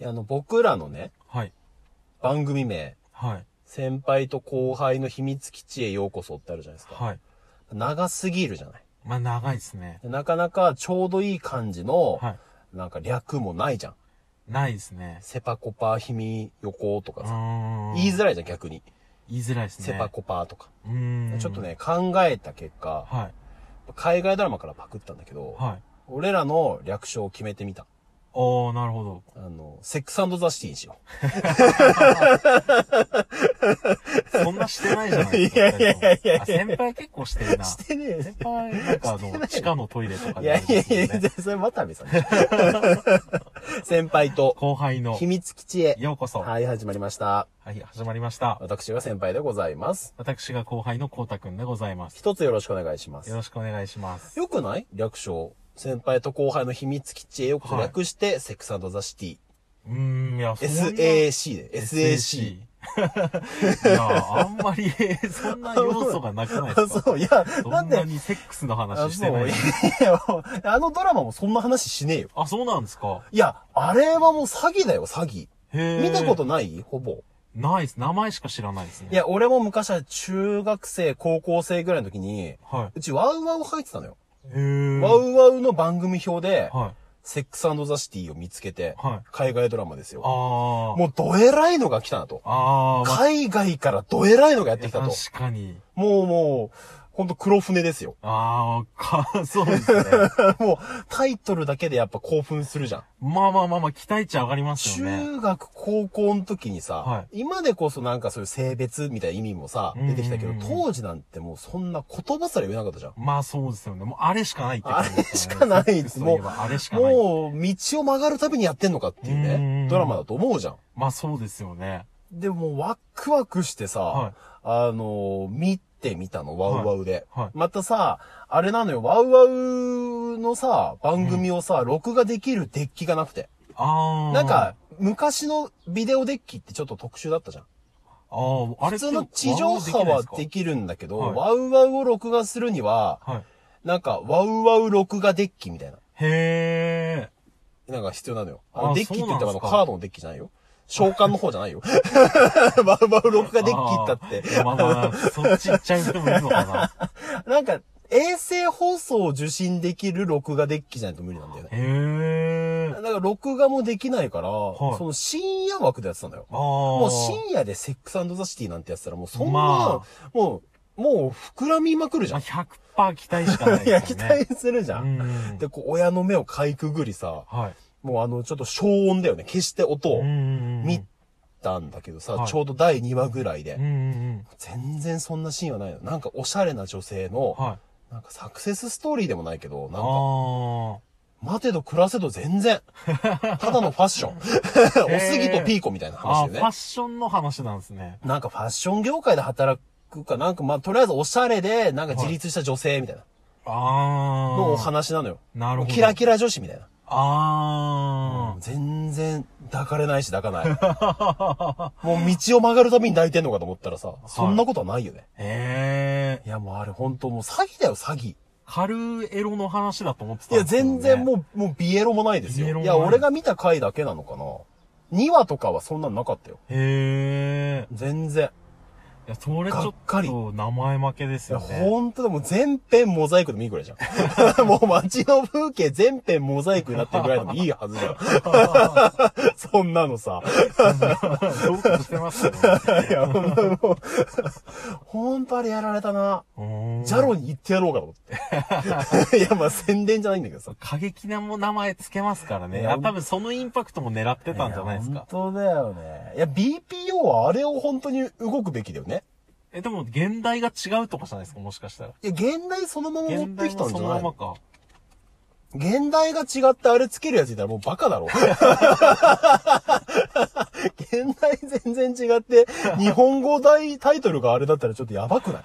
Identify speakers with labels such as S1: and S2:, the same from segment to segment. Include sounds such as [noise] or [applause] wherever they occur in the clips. S1: いやあの、僕らのね、
S2: はい。
S1: 番組名、
S2: はい。
S1: 先輩と後輩の秘密基地へようこそってあるじゃないですか。
S2: はい。
S1: 長すぎるじゃない。
S2: まあ、長いですね。
S1: でなかなかちょうどいい感じの、
S2: は
S1: なんか略もないじゃん。
S2: い。ないですね。
S1: セパコパ、ひみ、横と
S2: う
S1: かさ。
S2: ーん。
S1: 言いづらいじゃん、逆に。
S2: 言いづらいですね。
S1: セパコパとか。
S2: うーん。
S1: ちょっと。ね、考えた結果、
S2: はい。
S1: 海外ドラマからパクったんだけど、
S2: はい。
S1: 俺らの略称を決めてみた。
S2: おー、なるほど。
S1: あの、セックスザシティにしよ
S2: そんなしてないじゃないですか。
S1: いやいやいやいやいや
S2: あ先輩結構してる
S1: [laughs]
S2: な。
S1: う。してねえ
S2: 先輩、なんかあの、地下のトイレとか
S1: い
S2: であ
S1: や
S2: り
S1: い
S2: ます
S1: や
S2: よ
S1: い
S2: ね
S1: やいや、それ渡部さん。
S2: [laughs]
S1: 先輩と
S2: 後輩の
S1: 秘、密基地へ。
S2: ようこそ。は
S1: はい、始まりました。
S2: い、始まりました。
S1: 私が先輩でございます。
S2: 私が後輩のこうたくんでございます。
S1: 一つよろしくお願いします
S2: よ。ろしくお願いします。
S1: よくない略称。先輩と後輩の秘密基地へようこそ
S2: はい
S1: 略して、セックスザシティ。
S2: うーん、いや、そんな
S1: SAC で、SAC。。
S2: いや、あんまり、 [laughs] そんな要素がなくないで
S1: あ
S2: すか
S1: [laughs] そう、いや、
S2: そ
S1: なん
S2: ん
S1: で
S2: な、にセックスの
S1: あ
S2: 話して
S1: そう
S2: ない
S1: い。やあのドラマもそんな話しねえよ。
S2: あ、そうなんですか。
S1: いや、あれはもう詐欺だよ、詐欺。
S2: へえ。
S1: 見たことないほぼ。
S2: ないです。名前しか知らないですね。
S1: い。や、俺も昔は中学生、高校生ぐらいの時に、
S2: は
S1: うちワウワウ入ってたのよ。
S2: い。へえ。
S1: ワウワウの番組表で、
S2: はい。
S1: セックスザシティを見つけて、
S2: はい
S1: 海外ドラマです
S2: あ
S1: よ。
S2: あ。
S1: もうどえらいのが来たなと。
S2: ああ、まあ
S1: 海外からどえらいのがやってきたと。
S2: 確かに。
S1: もうもう、ほんと黒船です
S2: [laughs]
S1: よ。
S2: ああ、か、 [laughs] そうですね。
S1: もうタイトルだけでやっぱ興奮するじゃん。
S2: まあまあまあまあ、期待値上がりますよね。
S1: 中学、高校の時にさ、
S2: は
S1: 今でこそなんかそういう性別みたいな意味もさ、
S2: うんうん
S1: 出
S2: うん
S1: てきたけど、当時なんてもうそんな言葉すら言えなかったじゃん。
S2: まあそうですよね。もうあれしかないって感じで
S1: あ
S2: すよね、
S1: れしかない
S2: セックスといえばあれしかない。
S1: もう、道を曲がるたびにやってんのかっていう
S2: うんうんう
S1: ね、
S2: ん
S1: ドラマだと思うじゃん。
S2: まあそうですよね。
S1: でも、ワクワクしてさ、
S2: はい
S1: あのー見てみたの、ワウワウで。
S2: はいはい
S1: またさ、あれなのよ、ワウワウのさ、番組をさ、録画できるデッキがなくて。
S2: ああ。
S1: なんか、、昔のビデオデッキってちょっと特殊だったじゃん。
S2: ああ、あ
S1: 普
S2: れ
S1: 通の地上波はで
S2: き
S1: きるんだけど、
S2: はい
S1: ワウワウを録画するには、
S2: はい。
S1: なんか、ワウワウ録画デッキみたいな。
S2: へえ。
S1: なんか必要なのよ。あ
S2: あ
S1: の、デッキって言ったらあの、
S2: そうなんすか
S1: カードのデッキじゃないよ。召喚の方じゃない
S2: [laughs]
S1: よ。ワウワウ録画デッキったって。
S2: あーまあまあ、そっち行っちゃう人もいるのかな。
S1: なんか、衛星放送を受信できる録画デッキじゃないと無理なんだよね。
S2: へえ
S1: だ。から、録画もできないから、
S2: はい
S1: その深夜枠でやってたのよ。
S2: ああ。
S1: も
S2: も
S1: う深夜でセックスザシティなんてやってたら、もうそんな、
S2: ま夜。
S1: もう、もう膨らみまくるじゃん。
S2: まあ、100%期待しかない
S1: いや、
S2: で
S1: 期
S2: すよね。
S1: 待するじゃん。
S2: うん。
S1: で、こう、親の目をかいくぐりさ、
S2: はい。
S1: もうあの、ちょっと消音だよね。決して音を
S2: ん
S1: 見たんだけどさ、
S2: はい
S1: ちょうど第2話ぐらいで、
S2: うんうん
S1: 全然そんなシーンはないの。なんかおしゃれな女性の、
S2: うん。はい。
S1: なんかサクセスストーリーでもないけど、なんか、
S2: あ
S1: 待てど暮らせど全然。
S2: [laughs]
S1: ただのファッション。おすぎとピーコみたいな
S2: あ。ああ、
S1: 話
S2: フ
S1: だ
S2: ァ
S1: よね
S2: ッ。ションの話なんですね。
S1: なんかファッション業界で働くか、なんかまあ、とりあえずおしゃれで、なんか自立した女性みたいな、
S2: ああ。
S1: のお話なのよ。
S2: なるほど。
S1: キラキラ女子みたいな。
S2: あ
S1: 全然抱かれないし抱かな
S2: [laughs]
S1: い。もう道を曲がるたびに抱いてんのかと思ったらさ、そんなことはないよね。
S2: あ。へ
S1: い
S2: え。
S1: やもうあれ本当もう詐欺だよ詐欺。
S2: 軽エロの話だと思ってた
S1: いや全然
S2: う。
S1: もう、もうビエロもないです
S2: ビエ
S1: よ。
S2: ロ
S1: い
S2: も
S1: や
S2: ない
S1: 俺が見た回だけなのかな。2話とかはそんなのなかったよ。
S2: へえ。
S1: 全然。
S2: いや、それち
S1: が
S2: ょ
S1: っ
S2: っ
S1: かり
S2: と名前負けです
S1: いや
S2: よね。
S1: ほんとでも全編モザイクでもいいぐらいじゃん。 [laughs] もう街の風景全編モザイクになってるぐらいでもいいはずじゃん。そんな [laughs] のさ。
S2: そうかしてま
S1: [laughs]
S2: すよね。
S1: いやもうもう [laughs] ほんとあれやられたな。
S2: うーん
S1: ジャロに行ってやろうかと思って。い [laughs] や、まあ宣伝じゃないんだけどさ。
S2: 過激なも名前つけますからね。
S1: い
S2: い
S1: や
S2: や、多分そのインパクトも狙ってたんじゃないですか。
S1: 本当だよね。いや、BPO はあれを本当に動くべきだよね。
S2: え、でも、現代が違うとかじゃないですか、もしかしたら。
S1: いや、現代そのまま持ってきたんじゃ
S2: その
S1: な
S2: ま
S1: い
S2: ま
S1: の [laughs]
S2: か。
S1: 現代が違ってあれつけるやついたらもうバカだろ。現代全然違って、日本語大タイトルがあれだったらちょっとやばくない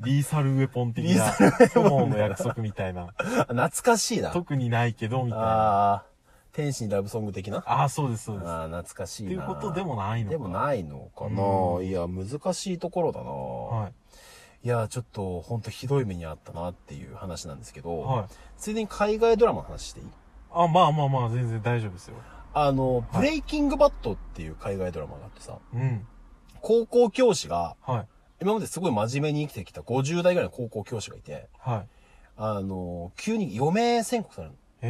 S2: リーサルウェポン的な、炎の約束みたいな。
S1: 懐かしいな。
S2: 特にないけど、みたいな。
S1: あー、天使にラブソング的な
S2: ああ、そうです、そうです。
S1: あー懐かしいな。
S2: っていうことでもないのか
S1: でもないのかな。いや、難しいところだな。
S2: はい。
S1: いや、ちょっと、ほんとひどい目にあったなっていう話なんですけど、
S2: はい。
S1: ついでに海外ドラマの話していい
S2: あ、まあまあまあ、全然大丈夫ですよ。
S1: あの、ブレイキングバットっていう海外ドラマがあってさ、
S2: うん。
S1: 高校教師が、
S2: はい。
S1: 今まですごい真面目に生きてきた50代ぐらいの高校教師がいて、
S2: はい。
S1: あの、急に余命宣告されるの。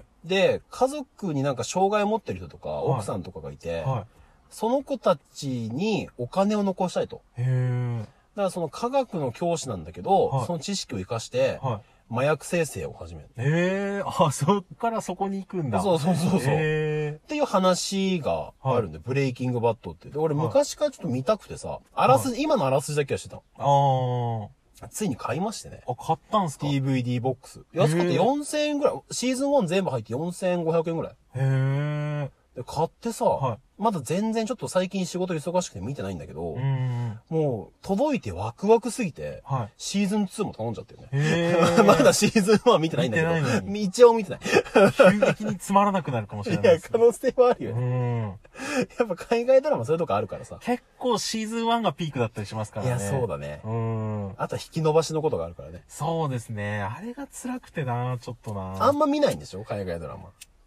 S2: へえ。
S1: で、家族になんか障害を持ってる人とか、
S2: はい
S1: 奥さんとかがいて、
S2: は
S1: その子たちにお金を残したいと。
S2: い。へえ。
S1: だからその科学の教師なんだけど、
S2: はい
S1: その知識を活かして、
S2: はい。
S1: 麻薬生成を始める。
S2: ええあ、そっからそこに行くんだ。
S1: そうそうそうそう。
S2: へ
S1: っていう話があるんで、ブレイキングバットって。で、俺
S2: はい
S1: 昔からちょっと見たくてさ、あらすじ、今のあらすじだけはしてたの
S2: えあ
S1: ついに買いましてね。
S2: あ。あ、買ったんすかへ
S1: DVD ボックス。安くて
S2: へー
S1: 4000円ぐらい。シーズン1全部入って4500円ぐらい。
S2: え。
S1: で、買ってさ、
S2: は
S1: まだ全然ちょっと最近仕事忙しくて見てないんだけど、
S2: うん。
S1: もう届いてワクワクすぎて、
S2: は
S1: シーズン2も頼んじゃってるね。
S2: い。へえ。
S1: [laughs] まだシーズン1は見てないんだけど、
S2: 見てないのに
S1: 一応見てない。
S2: 急激につまらなくなるかもしれないい
S1: や、
S2: です
S1: 可
S2: ね。
S1: 能性はあるよ
S2: う
S1: ね。
S2: ん。
S1: やっぱ海外ドラマそういうとこあるからさ。
S2: 結構シーズン1がピークだったりしますか
S1: い
S2: らね。
S1: や、そう。だね。
S2: うん。
S1: あとは引き伸ばしのことがあるからね。
S2: そうですね。あれが辛くてな、ちょっとな。
S1: あんま見ないんでしょ海外ドラマ。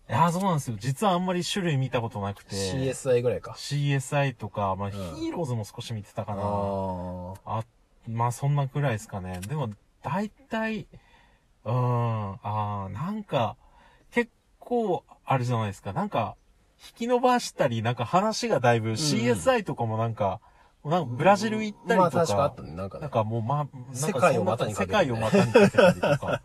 S2: いや、そうなんですよ。実はあんまり種類見たことなくて。
S1: CSI ぐらいか。
S2: CSI とか、まあ、
S1: ん
S2: ヒーローズも少し見てたか
S1: あ
S2: な。
S1: ー。
S2: あ、まあそんなくらいですかね。でも、大体、うーん、ああ、なんか、結構、あれじゃないですか。なんか、引き伸ばしたり、なんか話がだいぶ、CSI とかもなんか、なんかブラジル行ったりとか、
S1: まあ確かあったね。なんか
S2: な
S1: ね
S2: ん。かもう、ま、なん
S1: 世
S2: か
S1: 界
S2: そ
S1: を
S2: んな
S1: 股にかけて
S2: 世界を股にかけた
S1: [laughs]
S2: りとか、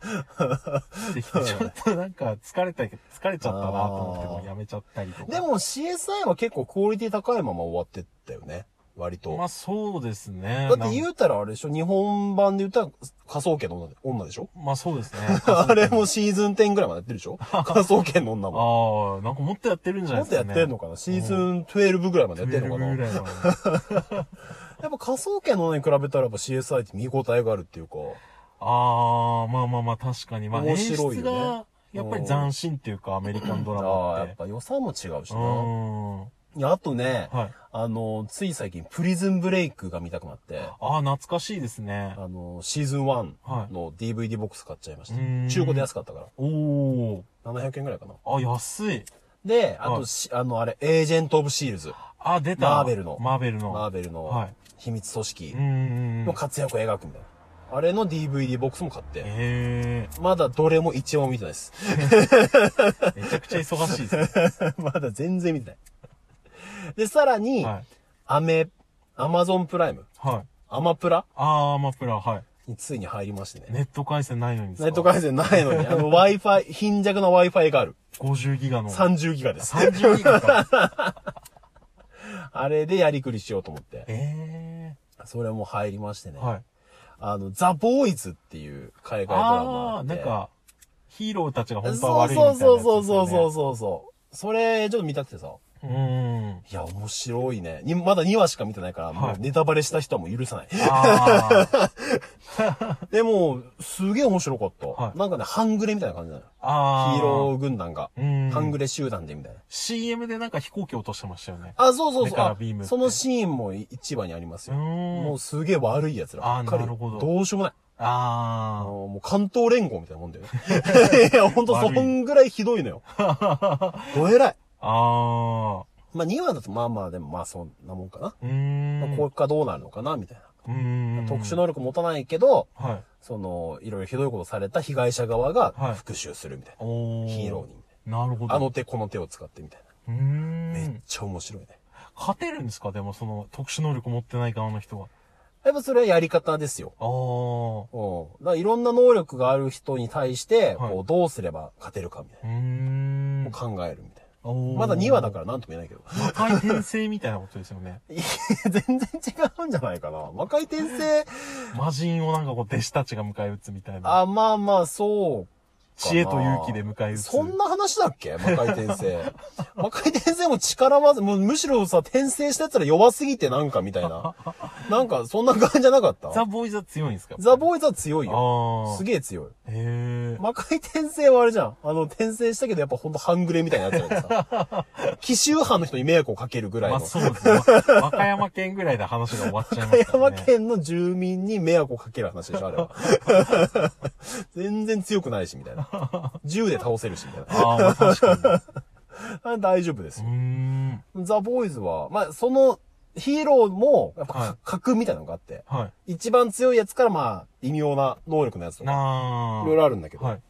S2: してきて、ちょっとなんか疲れた、疲れちゃったなと思って、
S1: あー
S2: もうやめちゃったりとか。
S1: でも CSI は結構クオリティ高いまま終わってったよね。割と。
S2: まあそうですね。
S1: だって
S2: なん
S1: 言うたらあれでしょ日本版で言ったら仮想研の女で女でしょ
S2: まあ [laughs] そ
S1: [laughs]
S2: うですね。
S1: あれもシーズン10ぐらいまでやってるでし
S2: [laughs]
S1: ょ仮想研の女も。
S2: ああ、なんかもっとやってるんじゃな
S1: も
S2: い
S1: っ
S2: で
S1: とや
S2: すか、ね。
S1: ってんのかなシーズン12ぐらいまでやってんのかな
S2: 12ぐ
S1: や
S2: らいまで
S1: っぱ仮想研の女に比べたらやっぱ CSI って見応えがあるっていうか。
S2: [laughs] ああ、まあまあまあ確かに。まあ
S1: 面
S2: 演
S1: 白い
S2: 出
S1: よね
S2: が、やっぱり斬新っていうか、アメリカンドラ
S1: あ
S2: マ
S1: あ、
S2: っ。
S1: やってぱ予算も違うし
S2: う
S1: な。
S2: ん。はい
S1: や、あとね、
S2: い。
S1: あの、つい最近プリズンブレイクが見たくなって、
S2: ああ、懐かしいですね。
S1: あの、シーズン1
S2: はい
S1: の DVD ボックス買っちゃいました。
S2: うーん
S1: 中古で安かったか
S2: おお
S1: ら。700円ぐらいかな。
S2: ー。あ、安い。
S1: で、あ
S2: は
S1: と
S2: い
S1: し、あの、あれ、エージェント・オブ・シールズ。
S2: あ、出た。
S1: マーベルの
S2: マーベルの。
S1: マーベル
S2: は
S1: の
S2: い
S1: 秘密組織
S2: うんうんうん。
S1: の活躍を描くみたいな。あれの DVD ボックスも買って、
S2: へ
S1: まだどれも一応も見てないです。 [laughs]
S2: え。めちゃくちゃ忙しいですね。
S1: まだ全然見てない。で、さらに、
S2: はい。
S1: アメ、アマゾンプライム、
S2: はい。
S1: アマプラ
S2: ああ、マプラ、はい。
S1: についに入りましてね。
S2: ネット回線ないのにですか
S1: ネット回線ないのに、あの Wi-Fi、貧弱な Wi-Fi がある。
S2: 50ギガの。
S1: 30ギガです。
S2: 30ギガか。
S1: あれでやりくりしようと思って。
S2: え
S1: それも入りまして
S2: え
S1: ね。
S2: はい。
S1: あの、ザ・ボーイズっていう海外ドラマ
S2: ああ
S1: あ
S2: ー、
S1: って。
S2: なんか、ヒーローたちが
S1: そう
S2: 本当は悪いみたいな
S1: そ
S2: や
S1: う
S2: つですよ
S1: そう
S2: ね。
S1: そうそうそうそうそう。それ、ちょっと見たくてさ。
S2: うーん。
S1: いや、面白いね。にまだ2話しか見てないから、もうネタバレした人はもう許さない。
S2: あ
S1: [laughs]
S2: ー
S1: でも、すげえ面白かった。
S2: はい
S1: なんかね、半グレみたいな感じなのよ。
S2: あ。
S1: ヒーロー軍団が。
S2: うん
S1: 半グレ集団でみたいな。
S2: CM でなんか飛行機落としてましたよね。
S1: あ、そうそう
S2: 目
S1: そう。
S2: から
S1: あ
S2: ビームって
S1: そのシーンも一話にあります
S2: う
S1: よ。
S2: ー
S1: も
S2: ん。
S1: うすげえ悪い奴らばっかりよ。
S2: あなるほど
S1: どうしようもない。あの
S2: あ
S1: もう関東連合みたいなもんだよ [laughs] ね。いや、ほんとそ
S2: 悪い
S1: んぐらいひどい [laughs] のよ。どえらい。
S2: あ。ああ。
S1: まあ2話だとまあまあでもまあそんなもんかな。
S2: うーん。
S1: まあ、これからどうなるのかなみたいな。
S2: うーん。
S1: 特殊能力持たないけど、
S2: はい。
S1: その、いろいろひどいことされた被害者側が
S2: はい
S1: 復讐するみたいな。
S2: おー。
S1: ヒーローに。
S2: なるほど。
S1: あの、手この手を使ってみたいう
S2: ー
S1: な。めっ
S2: ん。
S1: ちゃ面白いね。
S2: 勝てるんですかでもその特殊能力持ってない側の人は。
S1: やっぱそれはやり方ですよ。
S2: ああ。う
S1: うん。だからいろんな能力がある人に対して、
S2: はい
S1: こう、どうすれば勝てるかみたい
S2: ーん
S1: な。。考えるみたい
S2: おー
S1: な。まだ2話だからなんとも言えないけど。
S2: 魔界転生みたいなことですよね。
S1: いや [laughs] 全然違うんじゃないかな。魔界転生、
S2: 魔人をなんかこう弟子たちが迎え撃つみたいな。
S1: [laughs] あ、まあまあ、そうかな。
S2: 知恵と勇気で迎え撃つ。
S1: そんな話だっけ魔界転生。 [laughs] 魔界転生も力技、もうむしろさ、転生したやつら弱すぎてなんかみたいな。
S2: [laughs]
S1: なんか、そんな感じじゃなかった
S2: ザ・
S1: ザ・
S2: ボーイズは強いんですか
S1: ボーイズは強いよ。
S2: あ
S1: す
S2: あ。
S1: げえ強い。
S2: へえ。
S1: 魔界転生はあれじゃん。あの、転生したけどやっぱほんと半グレみたいなやつらでさ。
S2: [laughs]
S1: 奇襲班の人に迷惑をかけるぐらい
S2: まあ
S1: の。
S2: そうですね。ま [laughs] 和歌山県ぐらいで話が終わっちゃいますか
S1: 山
S2: らね。
S1: 県
S2: [laughs]
S1: の住民に迷惑をかける話でしょ、あれは。全然強くないし、みたいな。銃で倒せるし、みたいな。
S2: ああ、まあ確かに。
S1: あ大丈夫です
S2: う
S1: よ。
S2: ーん。
S1: ザ・ボーイズは、まあ、その、ヒーローも、やっ
S2: はい
S1: ぱ、格みたいなのがあって、
S2: は
S1: 一番強いやつから、まあ、異妙な能力のやつ
S2: い。
S1: とか、
S2: ないあ。
S1: ろいろあるんだけど、
S2: はい。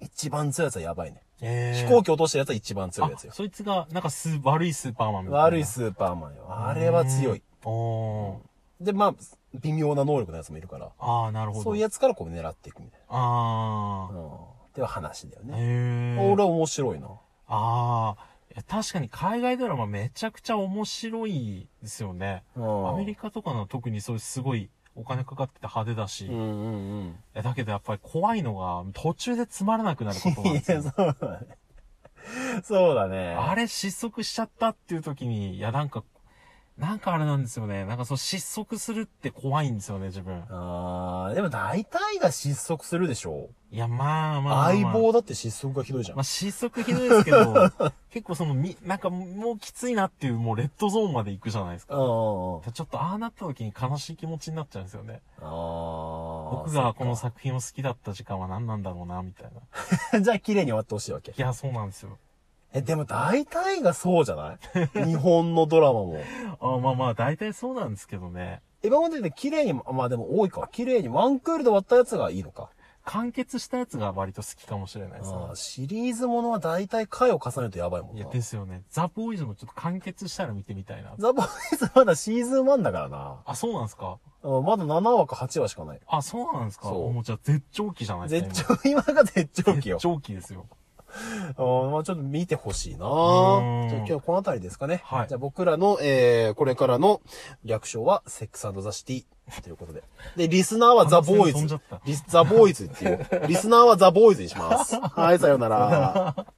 S1: 一番強いやつはやばいね。
S2: え
S1: 飛
S2: ー
S1: 行機落としたやつは一番強いやつよ
S2: あ。そいつが、なんかスー、悪いスーパーマンみたいな。
S1: 悪いスーパーマンよ。あれは強い。
S2: うん。おー。
S1: で、まあ、微妙な能力のやつもいるから、
S2: ああ、なるほど。
S1: そういうやつからこう狙っていくみたい
S2: あ
S1: な。うん。っていう話だよ
S2: あ。
S1: ね。
S2: へえ。
S1: 俺は面白いな。
S2: ああ。いや確かに海外ドラマめちゃくちゃ面白いですよね。ア
S1: ア
S2: メリカとかの特にそういうすごいお金かかってて派手だし。
S1: うん
S2: い
S1: うんうん。
S2: やだけどやっぱり怖いのが途中でつまらなくなることなん
S1: い
S2: です
S1: や、
S2: よ。
S1: そうだね。そうだね。
S2: あれ失速しちゃったっていう時に、いやなんか、なんかあれなんですよね。なんかそう失速するって怖いんですよね、自分。
S1: あーでも大体が失速するでしょ、
S2: いや、まあまあまあ、まあ。
S1: 相棒だって失速がひどいじゃん。
S2: まあ、失速ひどいですけど、 [laughs] 結構その、み、なんかもうきついなっていう、もうレッドゾーンまで行くじゃないですか。
S1: うんうんうん。
S2: ちょっとああなった時に悲しい気持ちになっちゃうんですよね。
S1: あ
S2: 僕がこの
S1: さ、
S2: 作品を好きだった時間は何なんだろうな、みたいな。い
S1: [laughs] じゃあ綺麗に終わってほしいわけ。
S2: や、そうなんですよ。
S1: え、でも大体がそうじゃない
S2: [laughs]
S1: 日本のドラマも。
S2: あまあまあ、大体そうなんですけどね。
S1: 今までで綺麗に、まあでも多いか。綺麗にワンクールで終わったやつがいいのか。
S2: 完結したやつが割と好きかもしれないですね。
S1: あーシリーズものは大体回を重ねるとやばいもん
S2: い
S1: な
S2: や、。ですよね。ザ・ボーイズもちょっと完結したら見てみたいな。
S1: ザ・ボーイズまだシーズン1だからな。
S2: あ、そうなんですか
S1: うんまだ7話か8話しかない。
S2: あ、そうなんですか
S1: そう
S2: もうじゃあ絶頂期じゃないです
S1: 絶
S2: か。
S1: 頂、今が絶頂
S2: 今
S1: 期よ
S2: 絶。頂期ですよ。
S1: あーまあちょっと見てほしいなじゃあ
S2: ーん
S1: 今日はこのあたりですかね。
S2: はい
S1: じゃあ僕らの、えー、これからの略称は、セックスザシティということで。で、リスナーはザ・ボーイ
S2: 完全に飛ん
S1: ズ
S2: じゃった。
S1: リスザ・ボーイズっていう。リスナーはザ・ボーイズにします。はい、さようなら。